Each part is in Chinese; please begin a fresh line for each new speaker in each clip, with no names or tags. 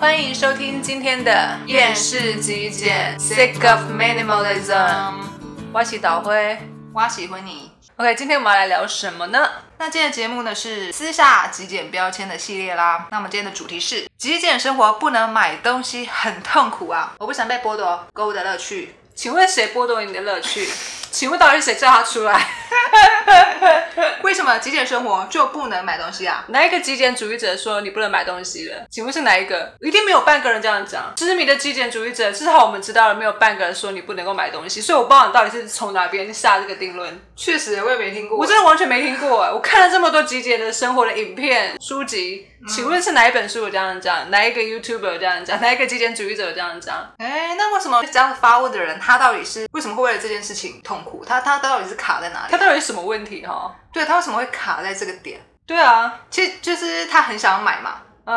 欢迎收听今天的
厌
世极
简
，Sick of Minimalism。
嗯，
我是导辉。
我喜欢你。
OK，今天我们要来聊什么呢？
那今天的节目呢是私下极简标签的系列啦。那我们今天的主题是极简生活不能买东西很痛苦啊！我不想被剥夺购物的乐趣。
请问谁剥夺你的乐趣？请问到底是谁叫他出来？
为什么极简生活就不能买东西啊？
哪一个极简主义者说你不能买东西了？请问是哪一个？一定没有半个人这样讲。知名的极简主义者，至少我们知道了，没有半个人说你不能够买东西。所以我不知道你到底是从哪边下这个定论。
确实，我也没听过。
我
我
真的完全没听过哎！我看了这么多极简的生活的影片、书籍，请问是哪一本书有这样讲？ 哪一个 YouTuber 有这样讲？哪一个极简主义者有这样讲？
哎，那为什么这样发问的人，他到底是为什么会为了这件事情痛苦？他他到底是卡在哪里
他？到底是什么问题哈？
对他为什么会卡在这个点？
对啊，
其实就是他很想要买嘛。
嗯，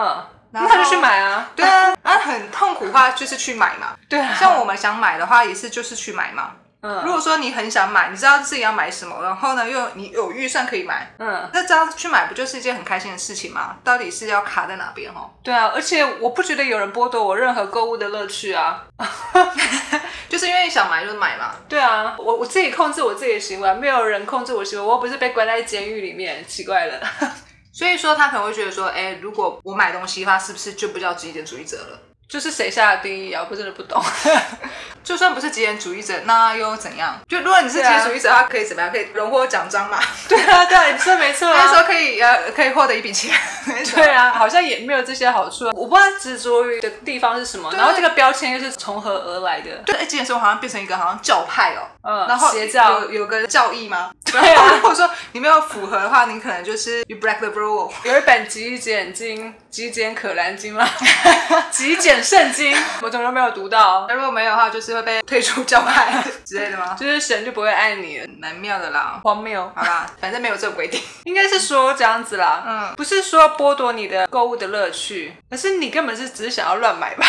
那
然后
他就去买啊。
对啊，然后很痛苦的话就是去买嘛。
对 啊，
像我们想买的话，也是就是去买嘛。
嗯
如果说你很想买，你知道自己要买什么，然后呢又你有预算可以买，
嗯，
那这样去买不就是一件很开心的事情吗？到底是要卡在哪边哦？
对啊，而且我不觉得有人剥夺我任何购物的乐趣啊。
就是因为想买就买嘛。
对啊，我我自己控制我自己的行为，没有人控制我行为，我又不是被关在监狱里面，奇怪了。
所以说他可能会觉得说，哎，如果我买东西的话，是不是就不叫极简主义者了？
就是谁下的定义啊？我真的不懂。
就算不是极简主义者，那又怎样？就如果你是极简主义者，他可以怎么样？可以荣获奖章嘛？
对啊，对啊，你说没错啊。
那时候可以呃可以获得一笔钱。
对啊，好像也没有这些好处啊。我不知道执着于的地方是什么，
对啊
然后这个标签又是从何而来的？
对，哎极简生活好像变成一个好像教派哦。
嗯，
然后
邪教。
有有个教义吗？
对
然
啊
后如果说你没有符合的话，你可能就是 you break the rule。
有一本极简经，极简可兰经吗？ 极简圣经，我怎么都没有读到，
那如果没有的话，就是会被退出教派之类的 吗？
就是神就不会爱你了，
蛮妙的啦。
荒谬。
好啦，反正没有这个规定。
应该是说这样子啦，
嗯
不是说剥夺你的购物的乐趣，而是你根本是只是想要乱买 吧。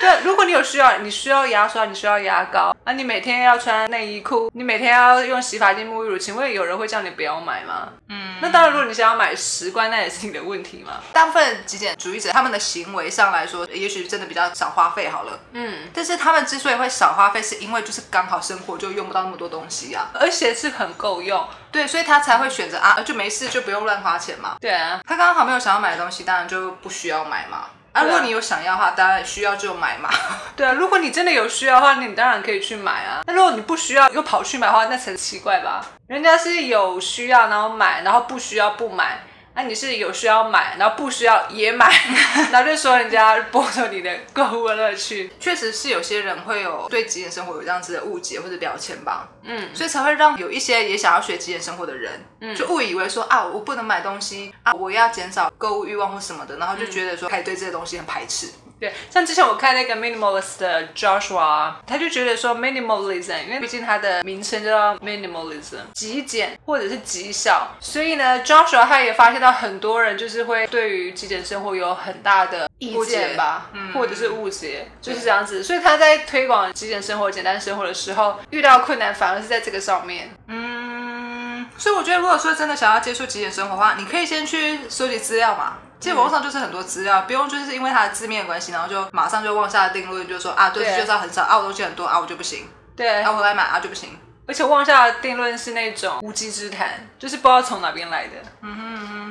对，如果你有需要，你需要牙刷，你需要牙膏，啊，你每天要穿内衣裤，你每天要用洗发精、沐浴乳，请问有人会叫你不要买吗？
嗯，
那当然，如果你想要买十罐，那也是你的问题嘛。
大部分极简主义者他们的行为上来说，也许真的比较少花费好了。
嗯，
但是他们之所以会少花费，是因为就是刚好生活就用不到那么多东西啊。
而且是很够用。
对，所以他才会选择啊，就没事就不用乱花钱嘛。
对啊，
他刚好没有想要买的东西，当然就不需要买嘛。啊，
对啊
如果你有想要的话，当然需要就买嘛。
对啊，如果你真的有需要的话，你当然可以去买啊。那如果你不需要又跑去买的话，那才奇怪吧？人家是有需要然后买，然后不需要不买。那、你是有需要买，然后不需要也买， 然后就说人家剥夺你的购物的乐趣。
确实是有些人会有对极简生活有这样子的误解或者标签吧，
嗯，
所以才会让有一些也想要学极简生活的人，就误以为说啊，我不能买东西啊，我要减少购物欲望或什么的，然后就觉得说开始对这些东西很排斥。
对，像之前我看那个 minimalist 的 Joshua，他就觉得说 minimalism，因为毕竟它的名称叫 minimalism，极简或者是极小，所以呢，Joshua 他也发现到很多人就是会对于极简生活有很大的意
误解
见吧，
嗯
或者是误解，就是这样子。所以他在推广极简生活、简单生活的时候，遇到困难反而是在这个上面。
嗯，所以我觉得，如果说真的想要接触极简生活的话，你可以先去收集资料嘛。其实网络上就是很多资料，不用就是因为它的字面的关系，然后就马上就妄下定论，就说啊，东西
对
就是要很少，啊，我东西很多，啊，我就不行，
对
啊，，我来买，啊，就不行。
而且妄下的定论是那种无稽之谈，就是不知道从哪边来的。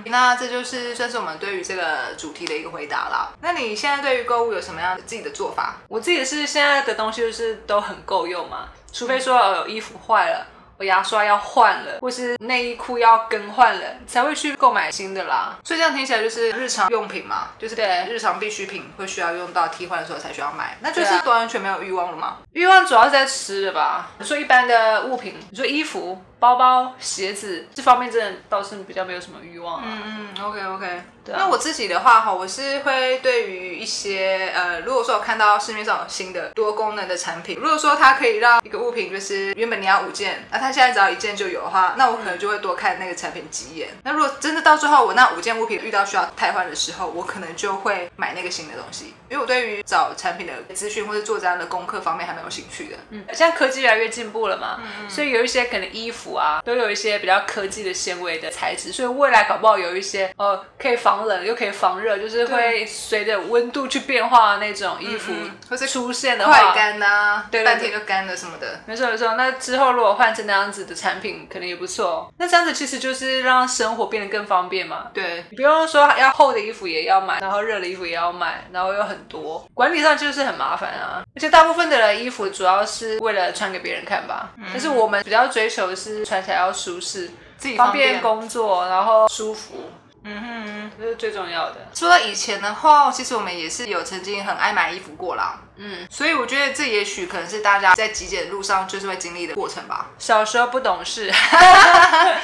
那这就是算是我们对于这个主题的一个回答啦。那你现在对于购物有什么样自己的做法？
我自己是现在的东西就是都很够用嘛，除非说呃衣服坏了，我牙刷要换了，或是内衣裤要更换了，才会去购买新的啦。
所以这样听起来就是日常用品嘛，就是
对
日常必需品会需要用到替换的时候才需要买，那就是
对啊
完全没有欲望了吗？
欲望主要是在吃的吧？你说一般的物品，你说衣服、包包、鞋子这方面，真的倒是比较没有什么欲望、啊。
嗯嗯，OK OK。
对啊
那我自己的话哈，我是会对于一些呃，如果说我看到市面上有新的多功能的产品，如果说它可以让一个物品就是原本你要五件，那、它但现在只要一件就有的话，那我可能就会多看那个产品几眼。那如果真的到最后我那五件物品遇到需要汰换的时候，我可能就会买那个新的东西，因为我对于找产品的资讯或者做这样的功课方面还蛮有兴趣的。
嗯，现在科技越来越进步了嘛，
嗯
所以有一些可能衣服啊，都有一些比较科技的纤维的材质，所以未来搞不好有一些呃可以防冷又可以防热，就是会随着温度去变化的那种衣服
嗯嗯或是
出现的
快
话，
干呐、
对对对
半天就干了什么的。
没错没错，那之后如果换成那样子的产品，可能也不错哦。那这样子其实就是让生活变得更方便嘛。
对，
你不用说要厚的衣服也要买，然后热的衣服也要买，然后有很多，管理上就是很麻烦啊。而且大部分的人衣服主要是为了穿给别人看吧，
嗯
但是我们比较追求的是穿起来要舒适、
自己
方
方
便
便。
工作，然后舒服，
嗯哼嗯
这是最重要的。
说到以前的话，其实我们也是有曾经很爱买衣服过啦。嗯，所以我觉得这也许可能是大家在极简路上就是会经历的过程吧。
小时候不懂事，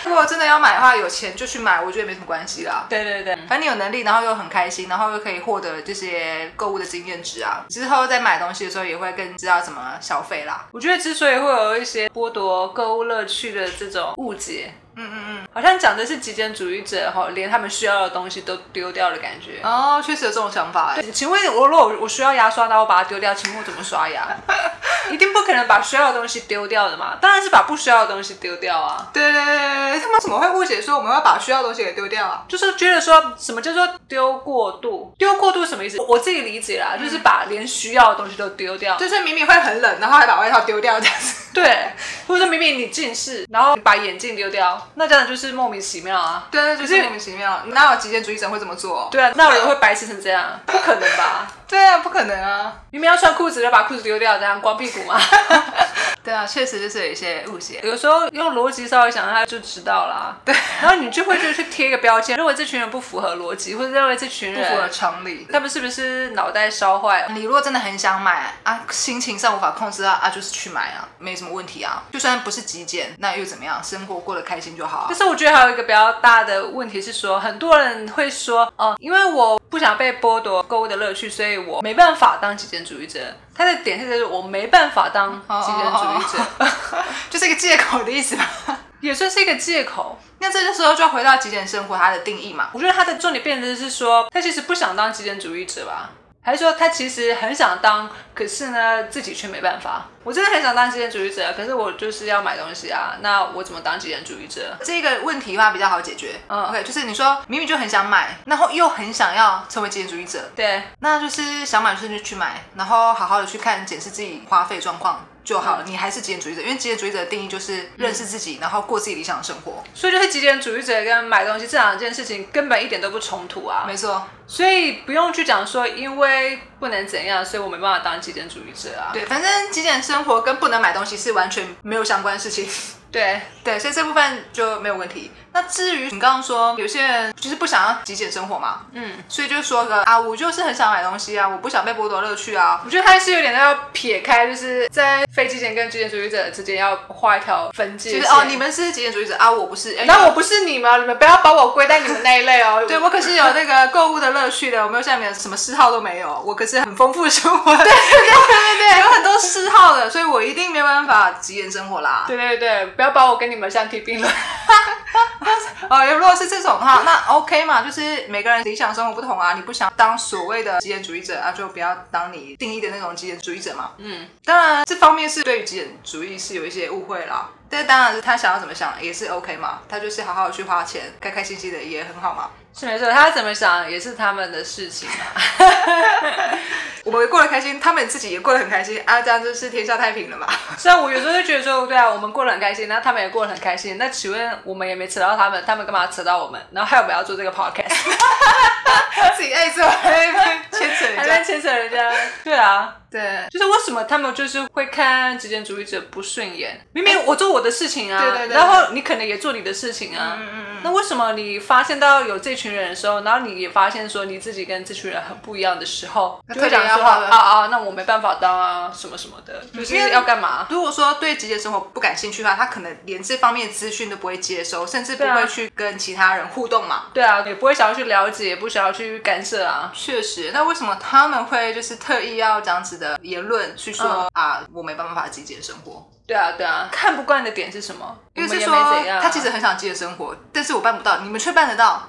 如果真的要买的话，有钱就去买，我觉得没什么关系啦。
对对对，
反正你有能力，然后又很开心，然后又可以获得这些购物的经验值啊。之后在买东西的时候，也会更知道怎么消费啦。
我觉得之所以会有一些剥夺购物乐趣的这种误解，
嗯嗯嗯。
好像讲的是极简主义者哈，连他们需要的东西都丢掉的感觉。
哦，确实有这种想法哎、
对请问我如果我需要牙刷，然后我把它丢掉，请问我怎么刷牙？ 一定不可能把需要的东西丢掉的嘛，当然是把不需要的东西丢掉啊。
对对对对对，他们怎么会误解说我们要把需要的东西给丢掉啊？
就是觉得说什么叫做丢过度？丢过度是什么意思？我我自己理解啦，就是把连需要的东西都丢掉。
就是明明会很冷，然后还把外套丢掉这样子。
对，或者说明明你近视，然后你把眼镜丢掉，那这样就是莫名其妙啊。
对对，就
可是
是莫名其妙。哪有极简主义者会这么做？哦
对啊，那我也会白痴成这样，不可能吧？
对啊，不可能啊。
明明要穿裤子，就把裤子丢掉，这样光屁股嘛。
对啊，确实就是有一些误解。
有时候用逻辑稍微想一下就知道啦。对，然后你就会就去贴一个标签，认为这群人不符合逻辑，或者认为这群
不符合
人
常理。
他们是不是脑袋烧坏了？
你如果真的很想买啊，心情上无法控制啊，啊就是去买啊，没什么问题啊。就算不是极简，那又怎么样？生活过得开心就好啊
但。是我觉得还有一个比较大的问题是说，很多人会说，哦、因为我不想被剥夺购物的乐趣，所以我没办法当极简主义者。他的点是在于我没办法当极简主义
哦
者，
啊 就是一个借口的意思吧。
也算是一个借口。
那这个时候就要回到极简生活它的定义嘛。
我觉得他的重点变成是说，他其实不想当极简主义者吧，还是说他其实很想当，可是呢自己却没办法。我真的很想当极简主义者，可是我就是要买东西啊，那我怎么当极简主义者？
这个问题的话比较好解决。
嗯
OK，就是你说明明就很想买，然后又很想要成为极简主义者，
对，
那就是想买就是去买，然后好好的去看检视自己花费状况就好了。你还是极简主义者，因为极简主义者的定义就是认识自己，然后过自己理想的生活。
所以就是极简主义者跟买东西这两件事情根本一点都不冲突啊，
没错，
所以不用去讲说因为不能怎样，所以我没办法当极简主义者啊。
对，反正极简生活跟不能买东西是完全没有相关的事情。
对，
对，所以这部分就没有问题。那至于你刚刚说有些人就是不想要极简生活嘛，
嗯，
所以就说个啊，我就是很想买东西啊，我不想被剥夺乐趣啊。
我觉得他是有点要撇开，就是在非极简跟极简主义者之间要画一条分界
就
线。
是哦，你们是极简主义者啊，我不是。哎
那我不是你们，你们不要把我归在你们那一类 哦。
对我可是有那个购物的乐趣的，我没有像你们什么嗜好都没有，我可是很丰富的生活，对
对对
有很多嗜好的，所以我一定没有办法极简生活啦。
对对对，不要把我跟你们相提并论。
哦，如果是这种的话，那 OK 嘛，就是每个人理想生活不同啊，你不想当所谓的极简主义者啊，就不要当你定义的那种极简主义者嘛。
嗯，
当然这方面是对于极简主义是有一些误会啦，但当然是他想要怎么想也是 OK 嘛，他就是好好地去花钱，开开心心的也很好嘛。
是没错，他怎么想也是他们的事情啊嘛。
我们过得开心，他们自己也过得很开心啊，这样就是天下太平了嘛。
虽然我有时候就觉得说，对啊，我们过得很开心，那他们也过得很开心。那请问我们也没扯到他们，他们干嘛扯到我们？然后还有我们要做这个 podcast，
自己哎爱做， 还牵扯
还
人
在
家。
牵扯人家？对啊，
对
就是为什么他们就是会看极简主义者不顺眼？明明我做我的事情啊，
哎对对对
然后你可能也做你的事情啊，
嗯嗯
那为什么你发现到有这群人的时候，然后你也发现说你自己跟这群人很不一样的时候，
那
就会
特
讲
别
说
要画了嗯
啊啊，那我没办法当啊，什么什么的，就是
因为
要干嘛？
如果说对极简生活不感兴趣的话，他可能连这方面的资讯都不会接收，甚至不
对啊
会去跟其他人互动嘛。
对啊，也不会想要去了解，也不想要去干涉啊。
确实，那为什么
嗯
他们会就是特意要这样子的言论去说、啊，我没办法极简生活？
对啊，对啊，看不惯的点是什么？
因为
我们
是
也
说、
没怎样啊、
他其实很想自己的生活，但是我办不到，你们却办得到。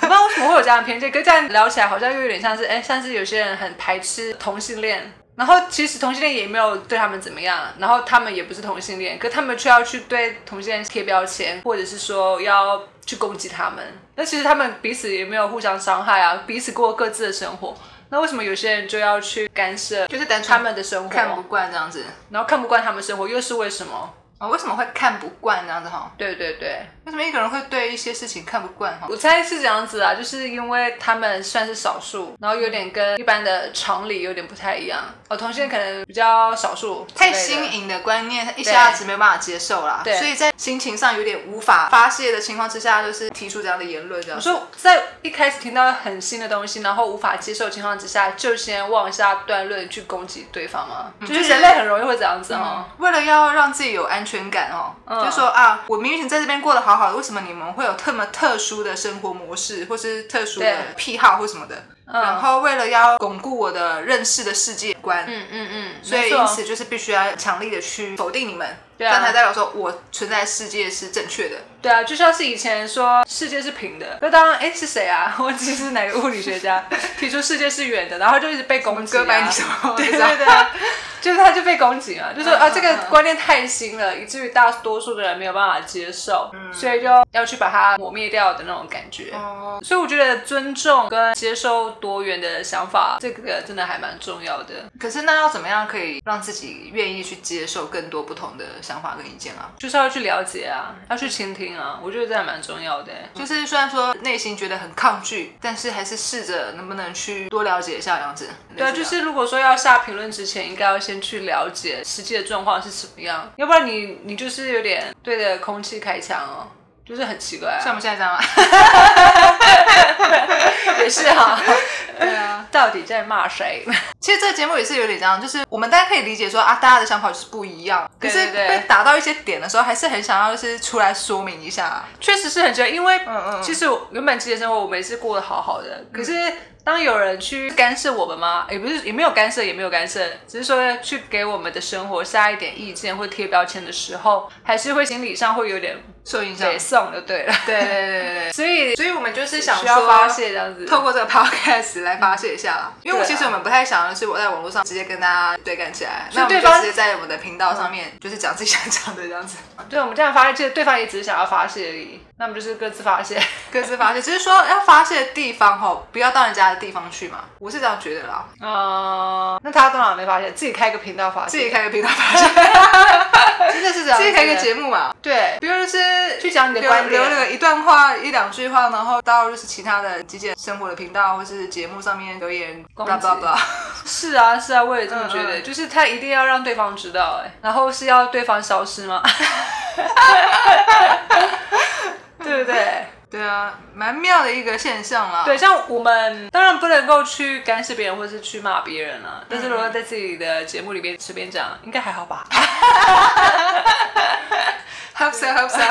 我不知道为什么会有这样的偏见，可是这样聊起来好像又有点像是，哎，像是有些人很排斥同性恋，然后其实同性恋也没有对他们怎么样，然后他们也不是同性恋，可他们却要去对同性恋贴标签，或者是说要去攻击他们。那其实他们彼此也没有互相伤害啊，彼此过各自的生活。那为什么有些人就要去干涉
就是单纯
他们的生活，
看不惯这样子
然后看不惯他们生活，又是为什么？
啊、哦？为什么会看不惯这样子哈？
对对对，
为什么一个人会对一些事情看不惯哈？
我猜是这样子啊，就是因为他们算是少数，然后有点跟一般的常理有点不太一样。哦，同性恋可能比较少数，
太新。颖的观念一下子没办法接受啦，
对
所以在心情上有点无法发泄的情况之下，就是提出这样的言论，这样
我
子
说在一开始听到很新的东西，然后无法接受的情况之下，就先妄下断论去攻击对方嘛，
嗯
就是人类很容易会这样子哦。
为了要让自己有安全感哦，就说啊，我明明在这边过得好好的，为什么你们会有这么特殊的生活模式，或是特殊的
对
癖好或什么的？然后为了要巩固我的认识的世界观，
嗯嗯嗯，
所
所
以因此就是必须要强力的去否定你们，
啊
但才代表说我存在的世界是正确的。
对啊，就像是以前说世界是平的，那当然哎是谁啊？ 忘记是哪个物理学家 提出世界是圆的，然后就一直被攻击、啊。
哥白尼什 么？
对对
不知道
对啊，就是他就被攻击嘛，就是啊
嗯
这个
嗯
观念太新了，以至于大多数的人没有办法接受，所以就要去把它抹灭掉的那种感觉。
哦
所以我觉得尊重跟接受多元的想法，这个真的还蛮重要的。
可是那要怎么样可以让自己愿意去接受更多不同的想法跟意见啊？
就是要去了解啊，要去倾听啊，我觉得这还蛮重要的欸。
就是虽然说内心觉得很抗拒，但是还是试着能不能去多了解一下这样子。
对啊，
类
就
似这样
是如果说要下评论之前，应该要先去了解实际的状况是什么样，要不然你你就是有点对着空气开枪哦，就是很奇怪、啊。
像我们现在这样啊，
也是 哈、 对啊，到底在骂谁？
其实这个节目也是有点这样，就是我们大家可以理解说啊，大家的想法就是不一样，可是
对对对
被打到一些点的时候，还是很想要就是出来说明一下啊。
确实是很奇怪，因为
嗯
其实我原本自己的生活我们也是过得好好的，可是当有人去干涉我们嘛，也不是也没有干涉，也没有干涉，只是说去给我们的生活下一点意见或贴标签的时候，还是会心理上会有点
受影响。
北送就对了。
对对对对 对，
所以
所以我们就是想
需要
说
发泄这样子。
透过这个 podcast 来发泄一下啦，因为我
对啊
其实我们不太想的是我在网络上直接跟大家对干起来，那我们
对
就
方嗯
直接在我们的频道上面就是讲自己想讲的这样子，
对，我们这样发泄，其实对方也只是想要发泄而已，那我们就是各自发 泄。
各自发泄。只是说要发泄的地方吼，不要到人家的地方去嘛，我是这样觉得啦。
啊、那他当然没发泄，自己开个频道发泄，
自己开个频道 发泄，
真的啊是这样，
自己开个节目嘛，
对，
比如就是
去讲你的
留
观点
留那个一段话、一两句话，然后到就是其他的极简生活的频道或是节目上面留言
攻
，blah
击
blah blah。
是啊，是啊，我也这么觉得，
嗯嗯
就是他一定要让对方知道、哎，然后是要对方消失 吗？对不对？
对啊，蛮妙的一个现象啦。
对，像我们当然不能够去干涉别人，或是去骂别人啊。但是如果在自己的节目里面随便讲，应该还好吧？
，hope so，hope so。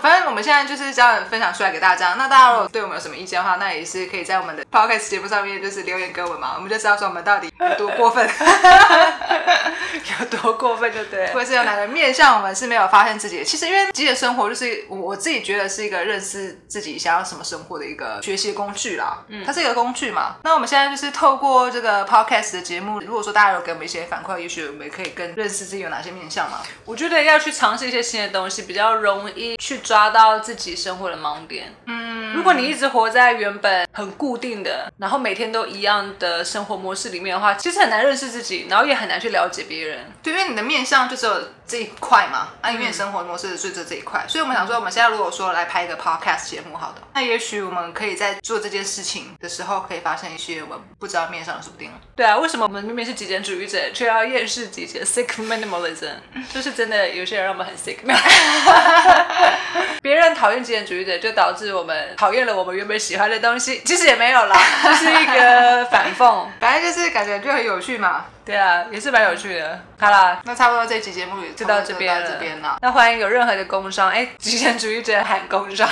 反正我们现在就是这样分享出来给大家。那大家如果对我们有什么意见的话，那也是可以在我们的 podcast 节目上面就是留言给我们嘛，我们就知道说我们到底有多过分，
有多过分就对了。
或者是有哪个面向我们是没有发现自己的。其实因为极简生活就是我我自己觉得是一个认识自己想要什么生活的一个学习工具啦，嗯，它是一个工具嘛。那我们现在就是透过这个 podcast 的节目，如果说大家有给我们一些反馈，也许我们也可以更认识自己有哪些面向嘛。
我觉得要去尝试一些新的东西，比较容易去抓到自己生活的盲点。嗯，如果你一直活在原本很固定的，然后每天都一样的生活模式里面的话，其实很难认识自己，然后也很难去了解别人。
对，因为你的面向就只有这一块嘛，啊，因为你生活模式就只有这一块，所以我们想说，我们现在如果说来拍一个 podcast 节目，好的，那也许我们可以在做这件事情的时候，可以发现一些我们不知道面向的，说不定。
对啊，为什么我们明明是极简主义者，却要厌世极简 （sick minimalism）？就是真的有些人让我们很 sick。别人讨厌极简主义者，就导致我们讨厌了我们原本喜欢的东西。其实也没有啦，就是一个反讽。
反正就是感觉就很有趣嘛。
对啊，也是蛮有趣的。好啦，
那差不多这一期节目也
就
就
到
这
这边
到这边了。
那欢迎有任何的工商，哎，极简主义者喊工商，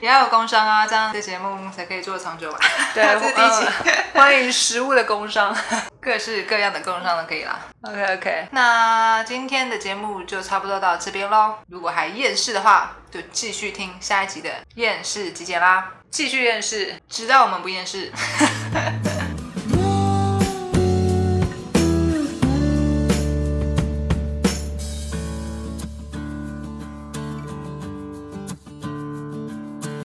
也要有工商啊，这样的节目才可以做长久吧。
对，
这是第一期，
嗯 欢迎食物的工商。
各式各样的工商都可以啦。
OK OK，
那今天的节目就差不多到这边喽。如果还厌世的话，就继续听下一集的厌世集结啦，
继续认识。
直到我们不厌世。